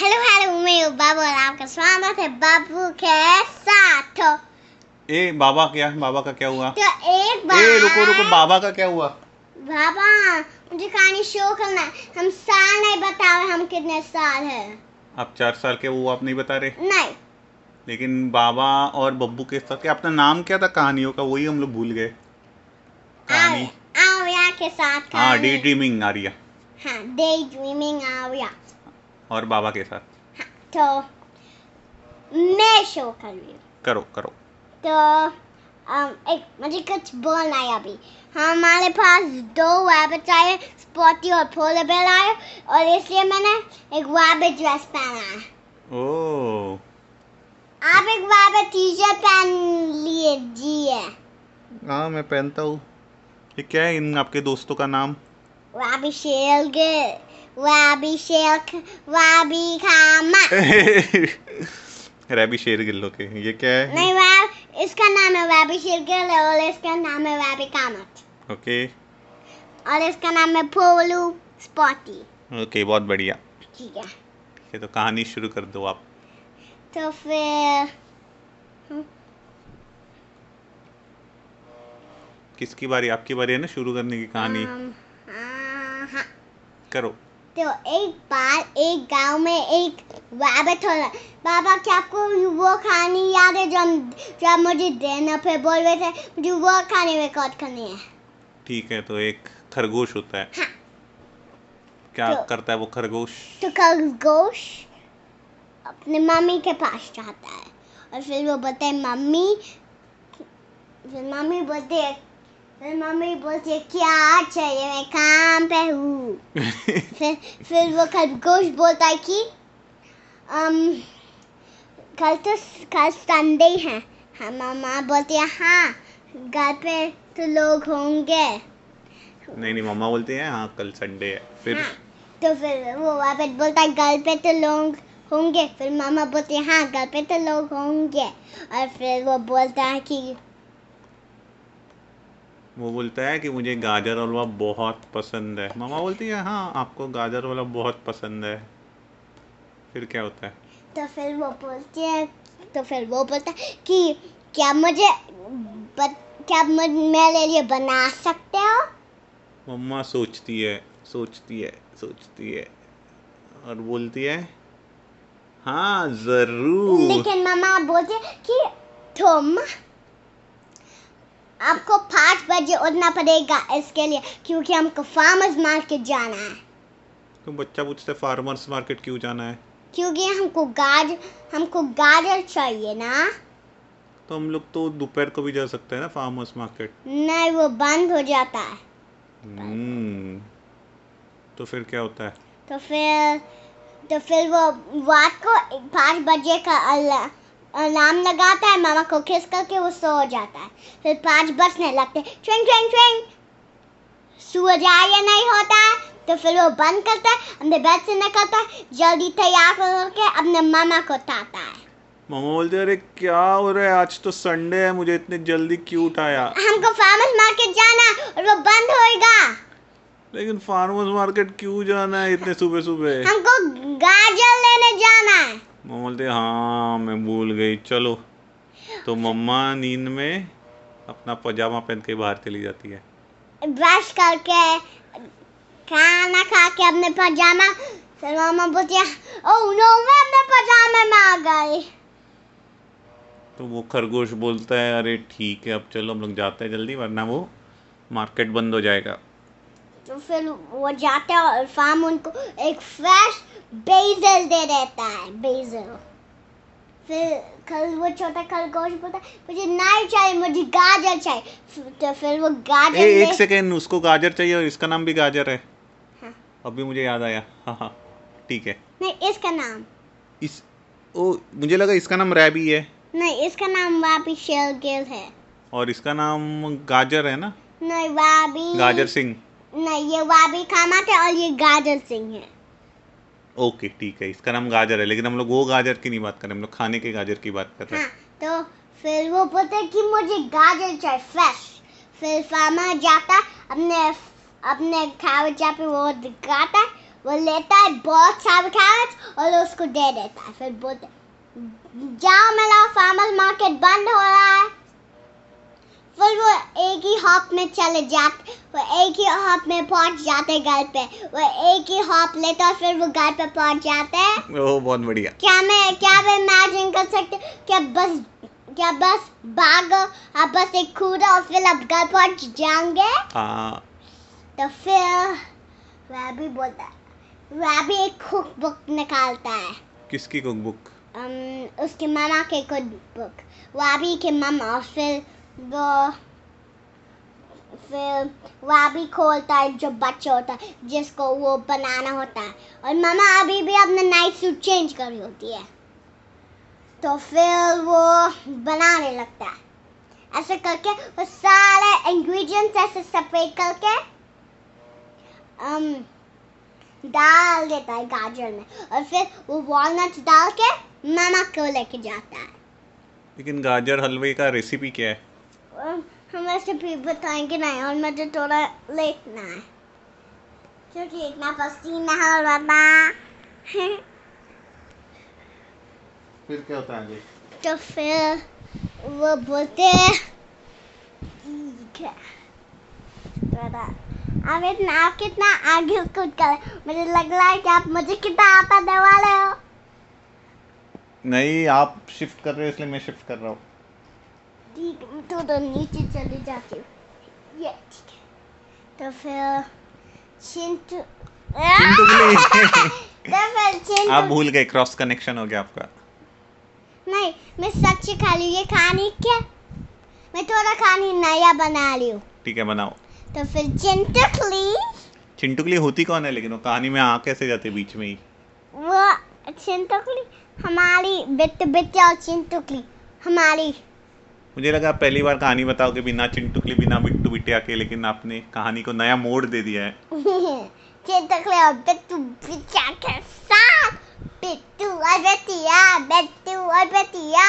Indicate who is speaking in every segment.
Speaker 1: Hello hello मैं हूँ बाबू और आपका स्वागत है बाबू के साथ तो
Speaker 2: ए बाबा क्या बाबा का क्या हुआ
Speaker 1: एक बार
Speaker 2: ए रुको रुको बाबा का क्या हुआ
Speaker 1: बाबा मुझे कहानी शो करना है हम साल नहीं बता रहे हम कितने साल है
Speaker 2: आप चार साल के वो आप नहीं बता रहे
Speaker 1: नहीं
Speaker 2: लेकिन बाबा और बब्बू के साथ क्या अपना नाम क्या था कहानियों का वही हम लोग भूल गए कहानी
Speaker 1: आव- आविया के साथ
Speaker 2: हाँ
Speaker 1: कहानी।
Speaker 2: डे ड्रीमिंग आर्या
Speaker 1: हाँ डे ड्रीमिंग आविया
Speaker 2: और बाबा के साथ
Speaker 1: तो मैं शो कर रही हूँ
Speaker 2: करो करो
Speaker 1: तो अम, एक मुझे कुछ बोलना है अभी हमारे पास दो रैबिट आए स्पॉटी और पोलर बेयर आए और इसलिए मैंने एक रैबिट ड्रेस पहना है
Speaker 2: ओ
Speaker 1: आप एक रैबिट टी शर्ट पहन लीजिए
Speaker 2: हाँ मैं पहनता हूँ ये क्या है इन आपके दोस्तों का नाम
Speaker 1: रैबी शेल रैबी शेल रैबी खामा
Speaker 2: रैबी शेर गिल्लो के ये क्या है
Speaker 1: नहीं रैब इसका नाम है रैबी शेल और इसका नाम है रैबी कामत
Speaker 2: ओके
Speaker 1: और इसका नाम है पोलू स्पॉटी
Speaker 2: ओके बहुत बढ़िया
Speaker 1: ठीक है
Speaker 2: ये तो कहानी शुरू कर दो आप
Speaker 1: तो फिर
Speaker 2: किसकी बारी आपकी बारी है ना शुरू करने की कहानी
Speaker 1: अम, हाँ, हाँ।
Speaker 2: करो
Speaker 1: तो एक बार एक गांव में एक रैबिट हो रहा बाबा क्या आपको वो कहानी याद है जो हम जो आप मुझे देना पे बोल रहे थे मुझे वो कहानी रिकॉर्ड करनी है
Speaker 2: ठीक है तो एक खरगोश होता है क्या
Speaker 1: हाँ। तो-
Speaker 2: करता है वो खरगोश
Speaker 1: तो खरगोश अपने मम्मी के पास जाता है और फिर वो बोलते है मम्मी फिर मम्मी बोलती है फिर मम्मी बोलती है क्या चाहिए मैं काम पे हूँ फिर फिर वो खरगोश बोलता है कि अम, कल तो कल संडे है हाँ मामा बोलती है हाँ घर पे तो लोग होंगे
Speaker 2: नहीं नहीं मम्मा बोलते हैं हाँ कल संडे है फिर
Speaker 1: हाँ तो फिर वो वापस बोलता है घर पे तो लोग होंगे फिर मामा बोलती है हाँ घर पे तो लोग होंगे और फिर वो बोलता है कि
Speaker 2: वो बोलता है कि मुझे गाजर हलवा बहुत पसंद है मम्मा बोलती है हाँ आपको गाजर हलवा बहुत पसंद है फिर क्या होता है
Speaker 1: तो फिर वो बोलती है तो फिर वो बोलता है कि क्या मुझे बत, क्या मुझ- मेरे लिए बना सकते हो
Speaker 2: मम्मा सोचती है सोचती है सोचती है और बोलती है हाँ ज़रूर
Speaker 1: लेकिन मामा बोलते कि तुम आपको पाँच बजे उठना पड़ेगा इसके लिए क्योंकि हमको फार्मर्स मार्केट जाना है
Speaker 2: तो बच्चा पूछता है फार्मर्स मार्केट क्यों जाना है
Speaker 1: क्योंकि हमको गाज हमको गाजर चाहिए ना
Speaker 2: तो हम लोग तो दोपहर को भी जा सकते हैं ना फार्मर्स मार्केट
Speaker 1: नहीं वो बंद हो जाता है
Speaker 2: हम्म, तो फिर क्या होता है
Speaker 1: तो फिर तो फिर वो रात को एक- पाँच बजे का अला, अलार्म लगाता है मामा को खिस करके वो सो जाता है फिर पाँच बजने लगते ट्विंग ट्विंग ट्विंग सूरज आर्य नहीं होता है तो फिर वो बंद करता है अपने बेड से निकलता है जल्दी तैयार करके अपने मामा को उठाता है
Speaker 2: मम्मा बोलती है अरे क्या हो रहा है आज तो संडे है मुझे इतने जल्दी क्यों उठाया
Speaker 1: हमको फार्मर्स मार्केट जाना है और वो बंद होएगा
Speaker 2: लेकिन फार्मर्स मार्केट क्यों जाना है इतने सुबह सुबह
Speaker 1: हमको गाजर लेने जाना है
Speaker 2: मम्मा बोलती है हाँ मैं भूल गई चलो तो मम्मा नींद में अपना पजामा पहन के बाहर चली जाती है
Speaker 1: ब्रश करके खाना खा के अपने पजामा फिर मामा बोलती है ओह नो मैं अपने पजामे में आ गई
Speaker 2: तो वो खरगोश बोलता है अरे ठीक है अब चलो हम लोग जाते हैं जल्दी वरना वो मार्केट बंद हो जाएगा
Speaker 1: तो फिर वो जाता है और फार्म उनको एक फ्रेश बेजल दे देता है बेजल फिर कल वो छोटा खरगोश बोलता है मुझे नहीं चाहिए मुझे गाजर चाहिए फिर- तो फिर वो गाजर
Speaker 2: ए, एक
Speaker 1: ले-
Speaker 2: सेकेंड उसको गाजर चाहिए और इसका नाम भी गाजर है
Speaker 1: हाँ।
Speaker 2: अभी मुझे याद आया हाँ हाँ ठीक है
Speaker 1: नहीं इसका नाम
Speaker 2: इस ओ मुझे लगा इसका नाम रैबी है
Speaker 1: नहीं इसका नाम वापी शेल गिल है
Speaker 2: और इसका नाम गाजर है ना
Speaker 1: नहीं वाबी
Speaker 2: गाजर सिंह
Speaker 1: नहीं ये वाबी खामत है और ये गाजर सिंह है
Speaker 2: ओके ठीक है इसका नाम गाजर है लेकिन हम लोग वो गाजर की नहीं बात कर रहे हम लोग खाने के गाजर की बात कर रहे
Speaker 1: हाँ
Speaker 2: हैं
Speaker 1: तो फिर वो बोलते हैं कि मुझे गाजर चाहिए फ्रेश फिर फार्मर जाता है, अपने अपने खावजा पे वो दिखाता है वो लेता है बहुत सारे कैरेट और उसको दे देता है फिर बोलते जाओ मेरा फार्मर मार्केट बंद हो रहा है फिर वो एक ही हॉप में चले जाते वो एक ही हॉप में पहुंच जाते घर पे वो एक ही हॉप लेते और फिर वो घर पे पहुंच जाते हैं
Speaker 2: ओ बहुत बढ़िया
Speaker 1: क्या मैं क्या मैं इमेजिन कर सकते क्या बस क्या बस बाग अब बस एक कूदा और फिर अब घर पहुंच जाएंगे
Speaker 2: हाँ
Speaker 1: तो फिर रैबी बोलता है रैबी एक कुक बुक निकालता है
Speaker 2: किसकी कुक बुक
Speaker 1: अम, um, उसके मामा के कुक बुक रैबी के मामा और फिर वो फिर रैबी खोलता है जो बच्चा होता है जिसको वो बनाना होता है और मामा अभी भी अपना नाइट सूट चेंज कर रही होती है तो फिर वो बनाने लगता है ऐसे करके वो सारे इंग्रेडिएंट्स ऐसे सेपरेट करके um, अम, डाल देता है गाजर में और फिर वो वॉलनट्स डाल के मामा को लेके जाता है
Speaker 2: लेकिन गाजर हलवे का रेसिपी क्या है
Speaker 1: अम, हम ऐसे भी बताएंगे नहीं और मुझे थोड़ा लेटना है क्योंकि इतना पसीना हो रहा था
Speaker 2: फिर क्या होता है आगे
Speaker 1: तो फिर वो बोलते हैं, ठीक है थोड़ा अब इतना आप कितना आगे कूद कर मुझे लग रहा है कि आप मुझे कितना आता दे वाले हो
Speaker 2: नहीं आप शिफ्ट कर रहे हो इसलिए मैं शिफ्ट कर रहा हूँ
Speaker 1: ठीक है, तो तो नीचे चली जाती हूँ ये ठीक है तो फिर चिंटू
Speaker 2: चिंटू के लिए-
Speaker 1: तो फिर चिंटू
Speaker 2: आप भूल गए क्रॉस कनेक्शन हो गया आपका
Speaker 1: नहीं मैं सच खा ली ये खानी क्या मैं थोड़ा खानी नया बना ली हूँ
Speaker 2: ठीक है बनाओ
Speaker 1: तो फिर चिंटू प्लीज
Speaker 2: चिंटू के लिए होती कौन है लेकिन वो कहानी में आ कैसे जाते बीच में ही
Speaker 1: वो चिंतुकली हमारी बिट बिट और चिंतुकली हमारी
Speaker 2: मुझे लगा आप पहली बार कहानी बताओगे बिना चिंटुकली बिना बिट्टू बिटिया के लेकिन आपने कहानी को नया मोड़ दे दिया है
Speaker 1: चिंतुकली और बिट्टू बिचा के साथ बिट्टू और बतिया बिट्टू और बतिया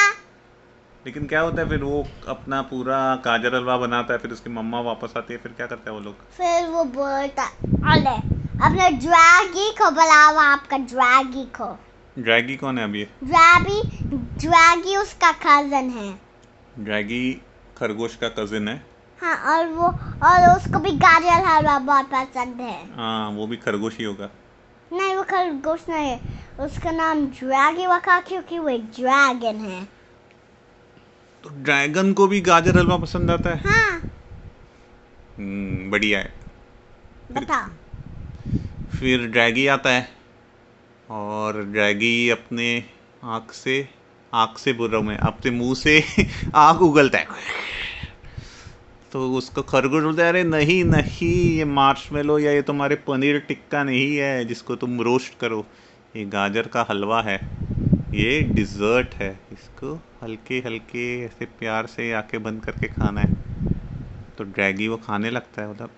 Speaker 2: लेकिन क्या होता है फिर वो अपना पूरा गाजर हलवा बनाता है फिर उसकी मम्मा वापस आती है फिर क्या करता है वो लोग
Speaker 1: फिर वो बोलता अले अपने ड्रैगी को बुलाओ आपका ड्रैगी को
Speaker 2: ड्रैगी कौन है अब ये
Speaker 1: ड्रैगी ड्रैगी उसका कजन है
Speaker 2: ड्रैगी खरगोश का कजिन है
Speaker 1: हाँ और वो और उसको भी गाजर हलवा बहुत पसंद है
Speaker 2: हाँ वो भी खरगोश ही होगा
Speaker 1: नहीं वो खरगोश नहीं है उसका नाम ड्रैगन रखा क्योंकि वो एक ड्रैगन है
Speaker 2: तो ड्रैगन को भी गाजर हलवा पसंद आता है
Speaker 1: हाँ
Speaker 2: हम्म, बढ़िया है
Speaker 1: बताओ
Speaker 2: फिर ड्रैगी आता है और ड्रैगी अपने आँख से आँख से बोल रहा हूँ मैं अपने मुंह से आँख उगलता है तो उसको खरगोश बोलता है अरे नहीं नहीं ये मार्शमेलो या ये तुम्हारे पनीर टिक्का नहीं है जिसको तुम रोस्ट करो ये गाजर का हलवा है ये डिज़र्ट है इसको हल्के हल्के ऐसे प्यार से आंखें बंद करके खाना है तो ड्रैगी वो खाने लगता है मतलब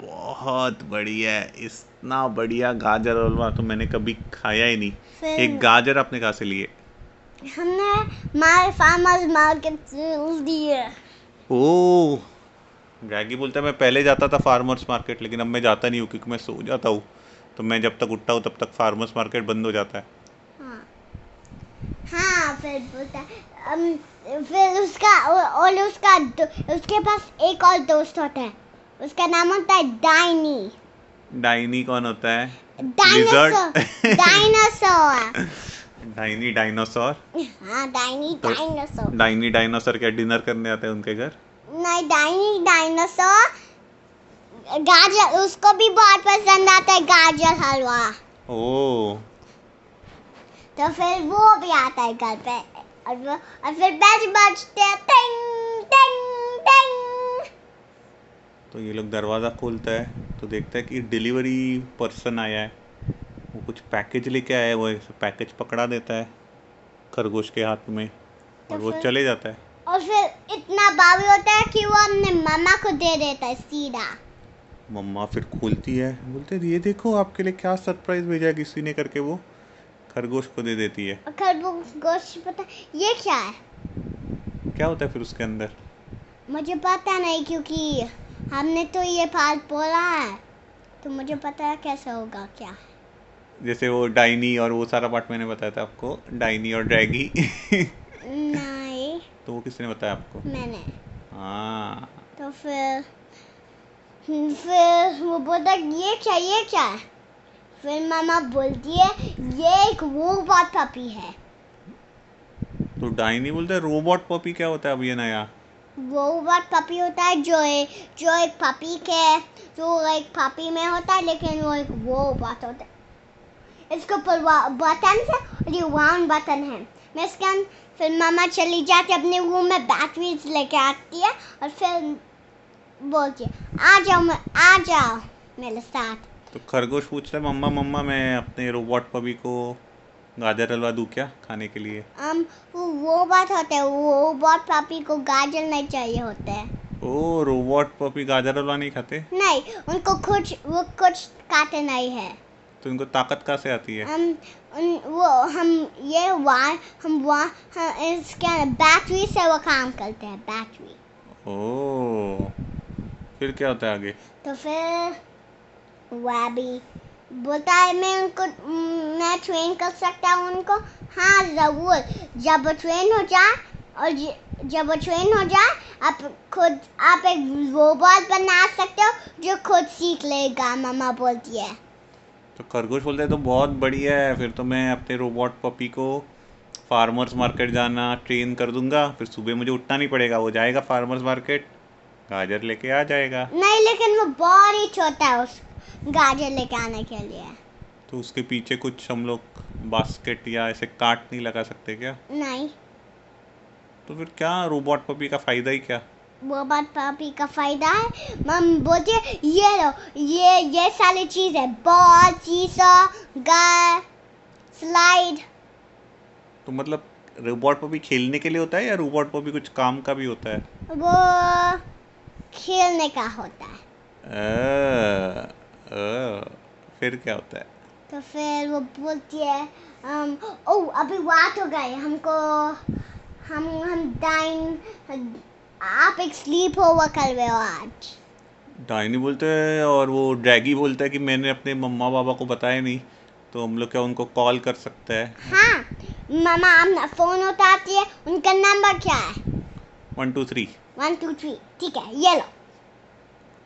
Speaker 2: बहुत बढ़िया है इतना बढ़िया गाजर हलवा तो मैंने कभी खाया ही नहीं एक
Speaker 1: फिर
Speaker 2: गाजर आपने कहाँ से लिए
Speaker 1: हमने हमारे फार्मर्स मार्केट से उस दिए
Speaker 2: ओ ड्रैगी बोलता है मैं पहले जाता था फार्मर्स मार्केट लेकिन अब मैं जाता नहीं हूँ क्योंकि मैं सो जाता हूँ तो मैं जब तक उठता हूँ तब तक फार्मर्स मार्केट बंद हो जाता है
Speaker 1: हाँ हाँ फिर बोलता है, अम, फिर उसका और उसका दो- उसके पास एक और दोस्त होता है उसका नाम होता है डाइनी
Speaker 2: डाइनी कौन होता है
Speaker 1: डायनासोर डायनासोर
Speaker 2: डाइनी डायनासोर
Speaker 1: हाँ डाइनी
Speaker 2: तो-
Speaker 1: डायनासोर
Speaker 2: डाइनी डायनासोर क्या डिनर करने आते हैं उनके घर
Speaker 1: नहीं डाइनी डायनासोर गाजर उसको भी बहुत पसंद आता है गाजर हलवा
Speaker 2: ओ
Speaker 1: तो फिर वो भी आता है घर पे और, वो, और फिर बैच बजते हैं टिंग टिंग टिंग
Speaker 2: तो ये लोग दरवाज़ा खोलता है तो देखता है कि डिलीवरी पर्सन आया है वो कुछ पैकेज लेके आया है वो ऐसे पैकेज पकड़ा देता है खरगोश के हाथ में और वो
Speaker 1: फिर-
Speaker 2: चले जाता है
Speaker 1: और फिर इतना बावी होता है कि वो अपने मामा को दे देता है सीधा
Speaker 2: मम्मा फिर खोलती है बोलते है, ये देखो आपके लिए क्या सरप्राइज भेजा है किसी ने करके वो खरगोश को दे देती है
Speaker 1: और खरगोश गोश्त पता ये क्या है
Speaker 2: क्या होता है फिर उसके अंदर
Speaker 1: मुझे पता नहीं क्योंकि हमने तो ये पाल पोला है तो मुझे पता है कैसे होगा क्या
Speaker 2: जैसे वो डाइनी और वो सारा पार्ट मैंने बताया था आपको डाइनी और ड्रैगी तो
Speaker 1: नहीं
Speaker 2: वो किसने बताया आपको
Speaker 1: मैंने
Speaker 2: हाँ
Speaker 1: तो फिर फिर वो बोलता ये क्या ये क्या है फिर मामा बोलती है ये एक वो बात पपी है
Speaker 2: तो डाइनी बोलते हैं रोबोट पॉपी क्या होता है अब ये नया
Speaker 1: वो बात पपी होता है जो ए, जो एक पपी के जो एक पपी में होता है लेकिन वो एक वो बात होता है इसके ऊपर बटन है और ये वाउंड बटन है मैं इसके अंदर फिर मामा चली जाती है अपने रूम में बैटरीज लेके आती है और फिर बोलती है आ जाओ मैं आ जाओ मेरे साथ
Speaker 2: तो खरगोश पूछता है मम्मा मम्मा मैं अपने रोबोट पॉपी को गाजर हलवा दूँ क्या खाने के लिए
Speaker 1: हम वो वो बात होता है वो बात पापी को गाजर नहीं चाहिए होता है
Speaker 2: ओ रोबोट पॉपी गाजर हलवा नहीं खाते
Speaker 1: नहीं उनको कुछ वो कुछ काटे नहीं है
Speaker 2: तो इनको ताकत कहाँ से आती है
Speaker 1: हम उन वो हम ये वार हम वा हम इसके बैटरी से वो काम करते हैं बैटरी
Speaker 2: ओ फिर क्या होता है आगे
Speaker 1: तो फिर वह भी बोलता है मैं उनको मैं ट्रेन कर सकता हूँ उनको हाँ ज़रूर जब वो ट्रेन हो जाए और ज- जब वो ट्रेन हो जाए आप खुद आप एक रोबोट बना सकते हो जो खुद सीख लेगा मामा बोलती है
Speaker 2: तो खरगोश बोलते हैं तो बहुत बढ़िया है फिर तो मैं अपने रोबोट पपी को फार्मर्स मार्केट जाना ट्रेन कर दूंगा फिर सुबह मुझे उठना नहीं पड़ेगा वो जाएगा फार्मर्स मार्केट गाजर लेके आ जाएगा
Speaker 1: नहीं लेकिन वो बहुत ही छोटा है उस गाजर लेके आने के लिए
Speaker 2: तो उसके पीछे कुछ हम लोग बास्केट या ऐसे काट नहीं लगा सकते क्या
Speaker 1: नहीं
Speaker 2: तो फिर क्या रोबोट पपी का फ़ायदा ही क्या
Speaker 1: वो बात पापी का फायदा है मम बोलती है ये लो ये ये सारी चीज है बॉल चीसा गर स्लाइड
Speaker 2: तो मतलब रोबोट पपी खेलने के लिए होता है या रोबोट पपी कुछ काम का भी होता है
Speaker 1: वो खेलने का होता है
Speaker 2: अ, अ, फिर क्या होता है
Speaker 1: तो फिर वो बोलती है अम, ओ अभी रात हो गए हमको हम हम डाइन आप एक स्लीप ओवर कर रहे हो आज
Speaker 2: डाइनी बोलते हैं और वो ड्रैगी बोलता है कि मैंने अपने मम्मा पापा को बताया नहीं तो हम लोग क्या उनको कॉल कर सकते हैं
Speaker 1: हाँ मामा अपना फोन उठाती है उनका नंबर क्या है
Speaker 2: one two three
Speaker 1: one two three ठीक है ये लो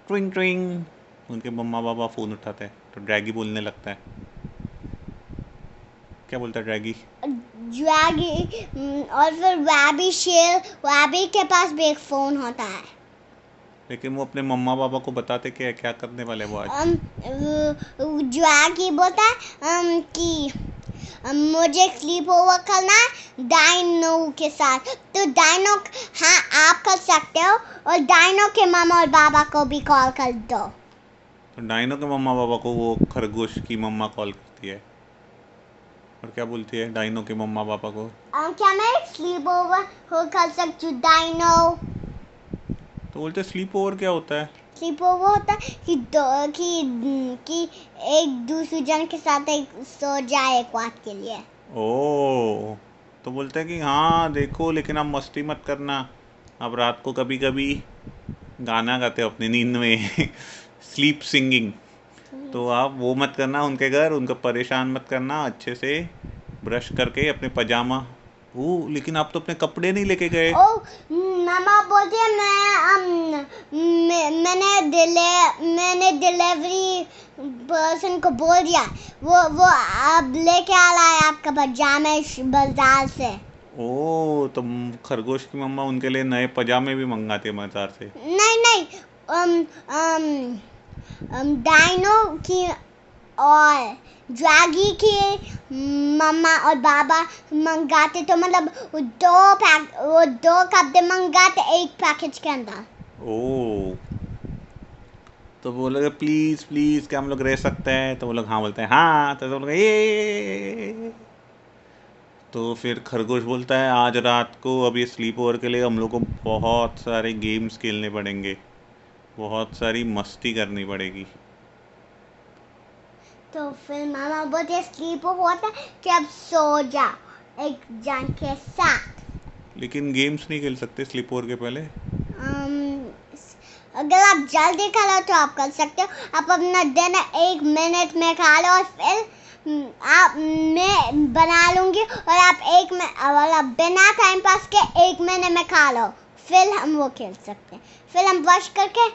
Speaker 2: ट्विंग ट्विंग उनके मम्मा पापा फ़ोन उठाते हैं तो ड्रैगी बोलने लगता है क्या बोलता है ड्रैगी
Speaker 1: ड्रैगी हम्म, और फिर वैबी शेर वैबी के पास भी एक फ़ोन होता है
Speaker 2: लेकिन वो अपने मम्मा पापा को बताते क्या क्या करने वाले हैं वो आज
Speaker 1: अम, वो- वो ड्रैगी बोलता है अम, कि अम, मुझे स्लीप ओवर करना है डाइनो के साथ तो डाइनो हाँ आप कर सकते हो और डाइनो के मामा और बाबा को भी कॉल कर दो
Speaker 2: तो डाइनो के मम्मा पापा को वो खरगोश की मम्मा कॉल करती है और क्या बोलती है डाइनो के मम्मा पापा को
Speaker 1: अम, क्या मैं स्लीप ओवर हो कर सकती हूँ डाइनो
Speaker 2: तो बोलते स्लीप ओवर क्या होता है
Speaker 1: स्लीप ओवर होता है कि दो कि कि एक दूसरे जन के साथ एक सो जाए एक रात के लिए
Speaker 2: ओ तो बोलते हैं कि हाँ देखो लेकिन आप मस्ती मत करना आप रात को कभी कभी गाना गाते हो अपनी नींद में स्लीप सिंगिंग तो आप वो मत करना उनके घर उनको परेशान मत करना अच्छे से ब्रश करके अपने पजामा ओ लेकिन आप तो अपने कपड़े नहीं लेके गए
Speaker 1: ओ मामा बोलते हैं, मैं अम, मैं- मैंने डिले मैंने डिलीवरी पर्सन को बोल दिया वो वो अब लेके आ रहा है आपका पजामा इस बाजार से
Speaker 2: ओ तो म- खरगोश की मम्मा उनके लिए नए पजामे भी मंगाते हैं बाजार से
Speaker 1: नहीं नहीं um, अम अम अम डाइनो की और ड्रैगी की मम्मा और बाबा मंगाते तो मतलब वो दो पैक वो दो कपड़े मंगाते एक पैकेज के अंदर
Speaker 2: ओ तो बोलोगे प्लीज प्लीज क्या हम लोग रह सकते हैं तो वो लोग हाँ बोलते हैं हाँ तो सब लोग ये तो फिर खरगोश बोलता है आज रात को अब ये स्लीप ओवर के लिए हम लोग को बहुत सारे गेम्स खेलने पड़ेंगे बहुत सारी मस्ती करनी पड़ेगी
Speaker 1: तो फिर मामा बोलते स्लीप होता है कि अब सो जा एक जन के साथ
Speaker 2: लेकिन गेम्स नहीं खेल सकते स्लीप ओवर के पहले
Speaker 1: अम, Um, अगर आप जल्दी खा लो तो आप कर सकते हो आप अपना डिनर एक मिनट में खा लो और फिर हम्म, आप मैं बना लूँगी और आप एक में और आप बिना टाइम पास के एक महीने में खा लो फिर हम वो खेल सकते हैं फिर हम ब्रश करके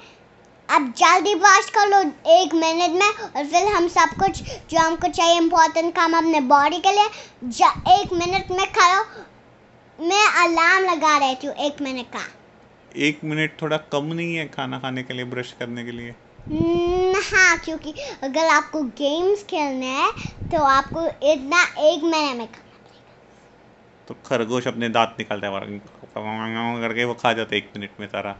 Speaker 1: आप जल्दी ब्रश कर लो एक मिनट में और फिर हम सब कुछ जो हमको चाहिए इम्पोर्टेंट काम अपने बॉडी के लिए ज- एक मिनट में खा लो मैं अलार्म लगा रहती हूँ एक मिनट का
Speaker 2: एक मिनट थोड़ा कम नहीं है खाना खाने के लिए ब्रश करने के लिए
Speaker 1: हम्म, हाँ क्योंकि अगर आपको गेम्स खेलने हैं तो आपको इतना एक महीने में खा-
Speaker 2: तो खरगोश अपने दांत निकालता है और करके वो खा जाता है एक मिनट में सारा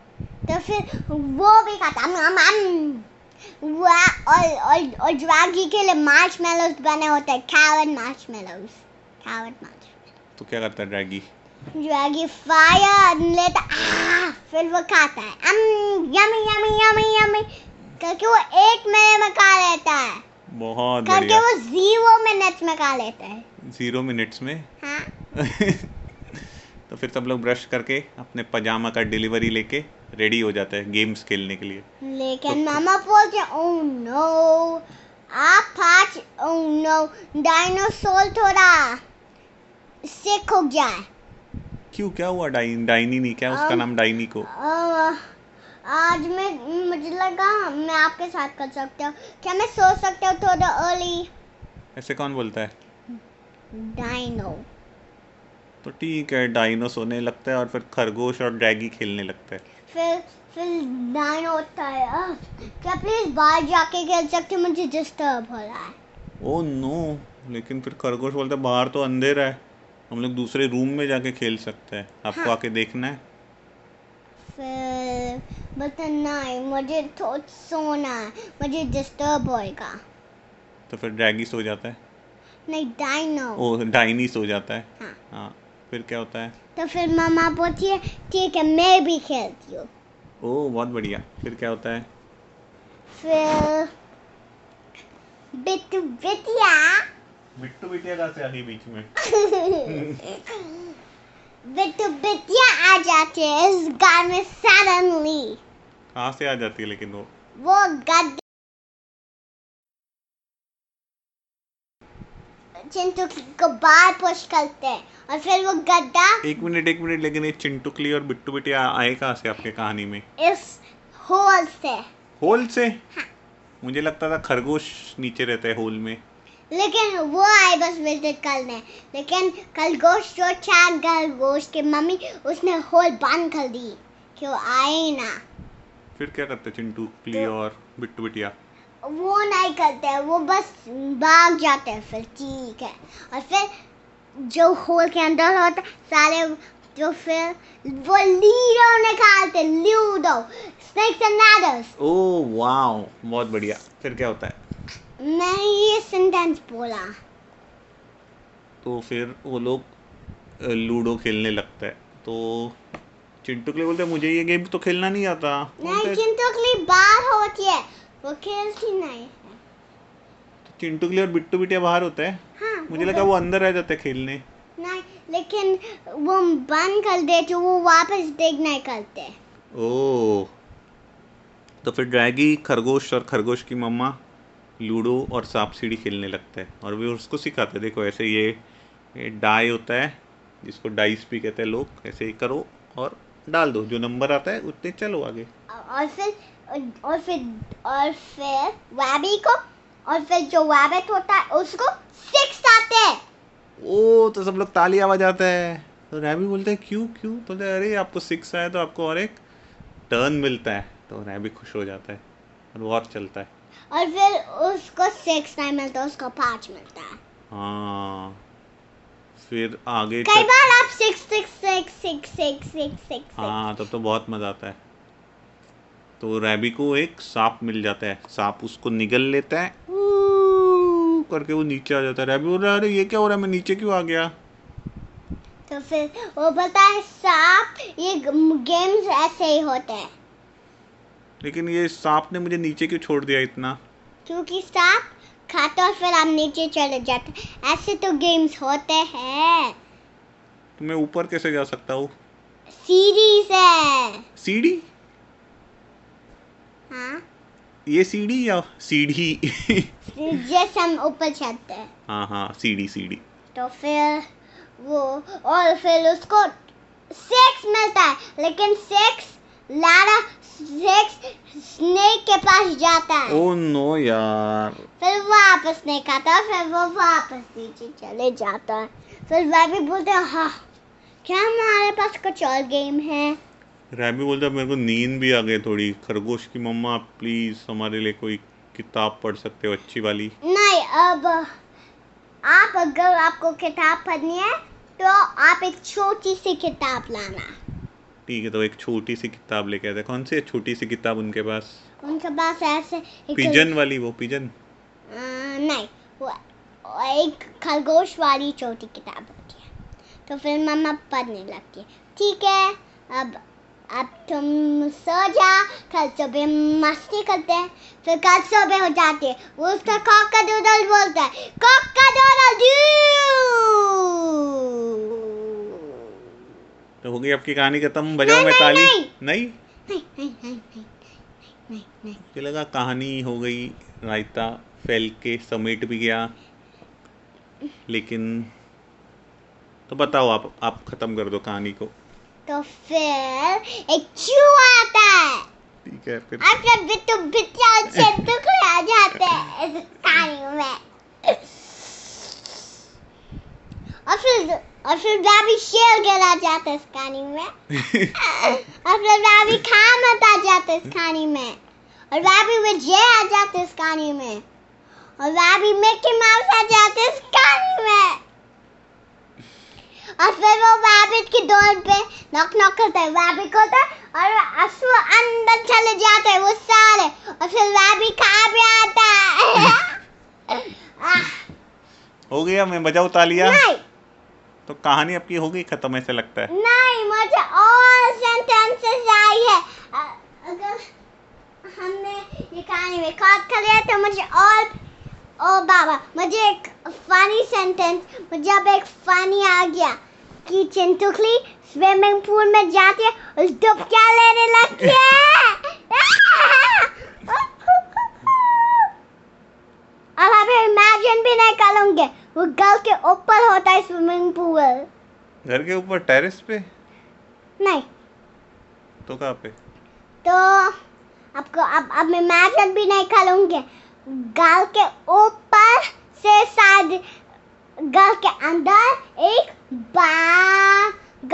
Speaker 1: तो फिर वो भी खाता हम हम और और और ज्वागी के लिए मार्च बने होते हैं कैवट मार्च मेलोज कैवट मार्च
Speaker 2: तो क्या करता है ड्रैगी
Speaker 1: ज्वागी फायर लेता आ, फिर वो खाता है अम यमी यमी यमी यमी करके वो एक महीने में खा लेता है
Speaker 2: बहुत
Speaker 1: करके
Speaker 2: बढ़िया
Speaker 1: वो जीरो मिनट में खा लेता है
Speaker 2: जीरो मिनट्स में
Speaker 1: हाँ
Speaker 2: तो फिर सब लोग ब्रश करके अपने पजामा का डिलीवरी लेके रेडी हो जाते हैं गेम्स खेलने के लिए
Speaker 1: लेकिन मामा बोलते ओ नो आप पाँच ओ नो डायनासोर थोड़ा सिक हो गया है
Speaker 2: क्यों क्या हुआ डाइन डाइनी नहीं क्या उसका
Speaker 1: Um,
Speaker 2: नाम डाइनी को
Speaker 1: अ, आज मैं मुझे लगा मैं आपके साथ कर सकता हूँ क्या मैं सो सकता हूँ थोड़ा अर्ली
Speaker 2: ऐसे कौन बोलता है
Speaker 1: डाइनो
Speaker 2: तो ठीक है डाइनो सोने लगता है और फिर खरगोश और ड्रैगी खेलने लगता है
Speaker 1: फिर फिर डाइनो होता है अ, क्या प्लीज बाहर जाके खेल सकते हो? मुझे डिस्टर्ब हो रहा है
Speaker 2: ओ नो लेकिन फिर खरगोश बोलता है बाहर तो अंधेरा है हम लोग दूसरे रूम में जाके खेल सकते हैं आपको
Speaker 1: हाँ।
Speaker 2: आके देखना है
Speaker 1: फिर बता नहीं मुझे थो सोना है मुझे डिस्टर्ब होएगा
Speaker 2: तो फिर ड्रैगी सो जाता है
Speaker 1: नहीं डाइनो
Speaker 2: ओ डाइनी सो जाता है
Speaker 1: हाँ
Speaker 2: हाँ फिर क्या होता है
Speaker 1: तो फिर मामा बोलती है ठीक है मैं भी खेलती हूँ
Speaker 2: ओ बहुत बढ़िया फिर क्या होता है
Speaker 1: फिर बिट्टू बिटिया
Speaker 2: बिट्टू बिटिया कहाँ से आ गई बीच में
Speaker 1: बिट्टू बिटिया आ जाते हैं इस घर में सडनली
Speaker 2: कहाँ से आ जाती है लेकिन वो
Speaker 1: वो गद चिंटू को बाहर पुश करते हैं और फिर वो गद्दा
Speaker 2: एक मिनट एक मिनट लेकिन ये चिंटुकली और बिट्टू बिटिया आए कहाँ से आपके कहानी में
Speaker 1: इस होल से
Speaker 2: होल से
Speaker 1: हाँ।
Speaker 2: मुझे लगता था खरगोश नीचे रहता है होल में
Speaker 1: लेकिन वो आए बस विजिट करने लेकिन खरगोश जो था खरगोश की मम्मी उसने होल बंद कर दी कि वो आए ही ना
Speaker 2: फिर क्या करते हैं चिंटुकली
Speaker 1: तो-
Speaker 2: और बिट्टू बिटिया
Speaker 1: वो नहीं करते वो बस भाग जाते हैं फिर ठीक है और फिर जो होल के अंदर होता है, सारे जो फिर वो लीडो निकालते ludo snakes and ladders
Speaker 2: oh wow बहुत बढ़िया फिर क्या होता है
Speaker 1: मैं ये सेंटेंस बोला
Speaker 2: तो फिर वो लोग अ, लूडो खेलने लगता है तो चिंटुकली बोलते हैं, मुझे ये गेम तो खेलना नहीं आता बोलते
Speaker 1: नहीं
Speaker 2: हैं,
Speaker 1: चिंटू के लिए बाहर होती है वो खेलती नहीं है
Speaker 2: चिंटुकली और बिट्टू बिटिया बाहर होता है
Speaker 1: हाँ
Speaker 2: मुझे लगा वो अंदर रह जाता है खेलने
Speaker 1: नहीं लेकिन वो बंद कर देते वो वापस देख नहीं करते
Speaker 2: ओ तो फिर ड्रैगी खरगोश और खरगोश की मम्मा लूडो और सांप सीढ़ी खेलने लगता है और वे उसको सिखाते हैं देखो ऐसे ये, ये डाई होता है जिसको डाइस भी कहते हैं लोग ऐसे करो और डाल दो जो नंबर आता है उतने चलो आगे
Speaker 1: और फिर और फिर और फिर वैबी को और फिर जो वैबिट होता है उसको सिक्स आते हैं
Speaker 2: ओ तो सब लोग ताली आवाज आता है तो रैबी बोलते हैं क्यों क्यों तो बोलते हैं, अरे आपको सिक्स आया तो आपको और एक टर्न मिलता है तो रैबी खुश हो जाता है और वो और चलता है
Speaker 1: और फिर उसको सिक्स नहीं मिलता उसको पाँच मिलता है
Speaker 2: हाँ फिर आगे
Speaker 1: कई
Speaker 2: चल-
Speaker 1: बार आप six six six six six six six
Speaker 2: हाँ तब तो बहुत मजा आता है तो रैबी को एक सांप मिल जाता है सांप उसको निगल लेता है "ऊ" करके वो नीचे आ जाता है रैबी बोल रहा है अरे ये क्या हो रहा है मैं नीचे क्यों आ गया
Speaker 1: तो फिर वो बोलता है सांप ये गेम्स ऐसे ही होते हैं
Speaker 2: लेकिन ये सांप ने मुझे नीचे क्यों छोड़ दिया इतना
Speaker 1: क्योंकि सांप खाते और फिर आप नीचे चले जाते ऐसे तो गेम्स होते हैं
Speaker 2: तो मैं ऊपर कैसे जा सकता हूँ
Speaker 1: सीरीज है
Speaker 2: सीढ़ी
Speaker 1: हाँ
Speaker 2: ये सीढ़ी या सीढ़ी
Speaker 1: जैसे हम ऊपर चढ़ते हैं
Speaker 2: हाँ हाँ सीढ़ी सीढ़ी
Speaker 1: तो फिर वो और फिर उसको सेक्स मिलता है लेकिन सेक्स लारा सेक्स स्नेक के पास जाता है
Speaker 2: ओ नो Oh यार
Speaker 1: फिर वो वापस नहीं खाता है फिर वो वापस नीचे चले जाता है फिर वह भी बोलते हैं हाँ क्या हमारे पास कुछ और गेम है
Speaker 2: रैबी बोलता है, मेरे को नींद भी आ गई थोड़ी खरगोश की मम्मा आप प्लीज हमारे लिए कोई किताब पढ़ सकते हो अच्छी वाली
Speaker 1: नहीं अब आप अगर आपको किताब पढ़नी है तो आप एक छोटी सी किताब लाना
Speaker 2: ठीक है तो एक छोटी सी किताब लेके आते हैं। कौन सी है छोटी सी किताब उनके पास
Speaker 1: उनके पास ऐसे एक-
Speaker 2: पिजन वाली वो पिजन
Speaker 1: अ, नहीं वो वो एक खरगोश वाली छोटी किताब होती है तो फिर मम्मा पढ़ने लगती है ठीक है अब अब तुम सो जा कल सुबह मस्ती करते हैं फिर कल सुबह हो जाती है वो उसका कॉक का डूडल बोलता है कॉक का डूडल
Speaker 2: तो हो गई आपकी कहानी खत्म बजाओ मैं
Speaker 1: नहीं,
Speaker 2: ताली
Speaker 1: नहीं।
Speaker 2: नहीं
Speaker 1: नहीं नहीं नहीं नहीं नहीं नहीं
Speaker 2: मुझे लगा कहानी हो गई रायता फैल के समेट भी गया लेकिन तो बताओ आप आप खत्म कर दो कहानी को
Speaker 1: तो फिर एक चूहा आता है
Speaker 2: ठीक है फिर
Speaker 1: और फिर बिट्टू बिट्टा से दुखड़े आ जाते हैं इस कहानी में और फिर और फिर बाबी शेर गिरा जाता है इस कहानी में और फिर बाबी खामत आ जाता है इस कहानी में और बाबी विजय आ जाते हैं इस कहानी में और बाबी मिकी माउस आ जाते हैं इस कहानी में और फिर वो रैबिट की डोर पे नॉक नॉक करता है रैबिट खोलता है तो और अश्व अंदर चले जाते हैं वो सारे और फिर रैबिट खा भी आता है आह,
Speaker 2: हो गया मैं बजाओ तालियां
Speaker 1: नहीं
Speaker 2: तो कहानी आपकी हो गई खत्म ऐसे लगता है
Speaker 1: नहीं मुझे और सेंटेंसेस आई है अ- अगर हमने ये कहानी रिकॉर्ड कर लिया तो मुझे और ओ बाबा मुझे एक फनी सेंटेंस मुझे अब एक फनी आ गया कि चिंटुकली स्विमिंग पूल में जाती है और डुबकिया लेने लगती है अब आप इमेजिन भी नहीं करूंगे वो गल के ऊपर होता है स्विमिंग पूल
Speaker 2: घर के ऊपर टेरेस पे
Speaker 1: नहीं
Speaker 2: तो कहाँ पे
Speaker 1: तो आपको अब अब मैं मैजिक भी नहीं खेलूंगी गाल के ऊपर से शायद गाल के अंदर एक बा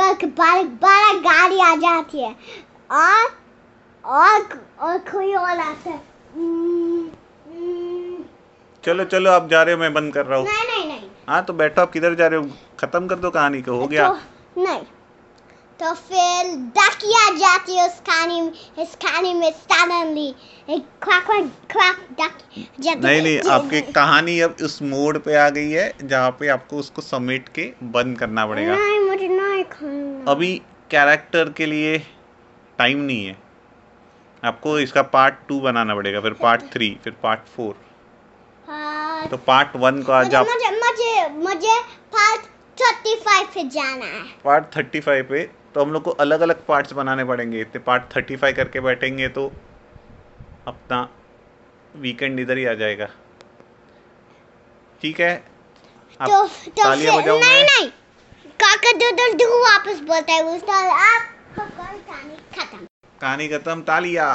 Speaker 1: गाल के बाहर एक बड़ा गाड़ी आ जाती है और और और कोई और आता है हम्म, हम्म,
Speaker 2: चलो चलो आप जा रहे हो मैं बंद कर रहा हूँ
Speaker 1: नहीं नहीं नहीं
Speaker 2: हाँ तो बैठो आप किधर जा रहे हो खत्म कर दो कहानी को हो गया
Speaker 1: तो, नहीं तो फिर डकिया जाती है उस खाने में इस खाने में सडनली एक क्वाक क्वाक क्वाक डक जाती
Speaker 2: नहीं नहीं
Speaker 1: है।
Speaker 2: आपकी कहानी अब उस मोड़ पे आ गई है जहाँ पे आपको उसको समेट के बंद करना पड़ेगा
Speaker 1: नहीं मुझे नहीं खाना
Speaker 2: अभी कैरेक्टर के लिए टाइम नहीं है आपको इसका पार्ट टू बनाना पड़ेगा फिर पार्ट थ्री फिर पार्ट फोर
Speaker 1: हाँ,
Speaker 2: तो पार्ट वन को आज
Speaker 1: मुझे
Speaker 2: आप
Speaker 1: मुझे मुझे मुझे पार्ट 35 पे जाना है
Speaker 2: पार्ट थर्टी फाइव पे तो हम लोग को अलग अलग पार्ट्स बनाने पड़ेंगे इतने पार्ट थर्टी फाइव करके बैठेंगे तो अपना वीकेंड इधर ही आ जाएगा ठीक है आप
Speaker 1: तो तो
Speaker 2: तालियां
Speaker 1: फिर
Speaker 2: बजाओ
Speaker 1: नहीं
Speaker 2: मैं-
Speaker 1: नहीं काका डूडल डू वापस बोलता है उस तरह आप पकड़ खानी तो खत्म
Speaker 2: कहानी खत्म तालिया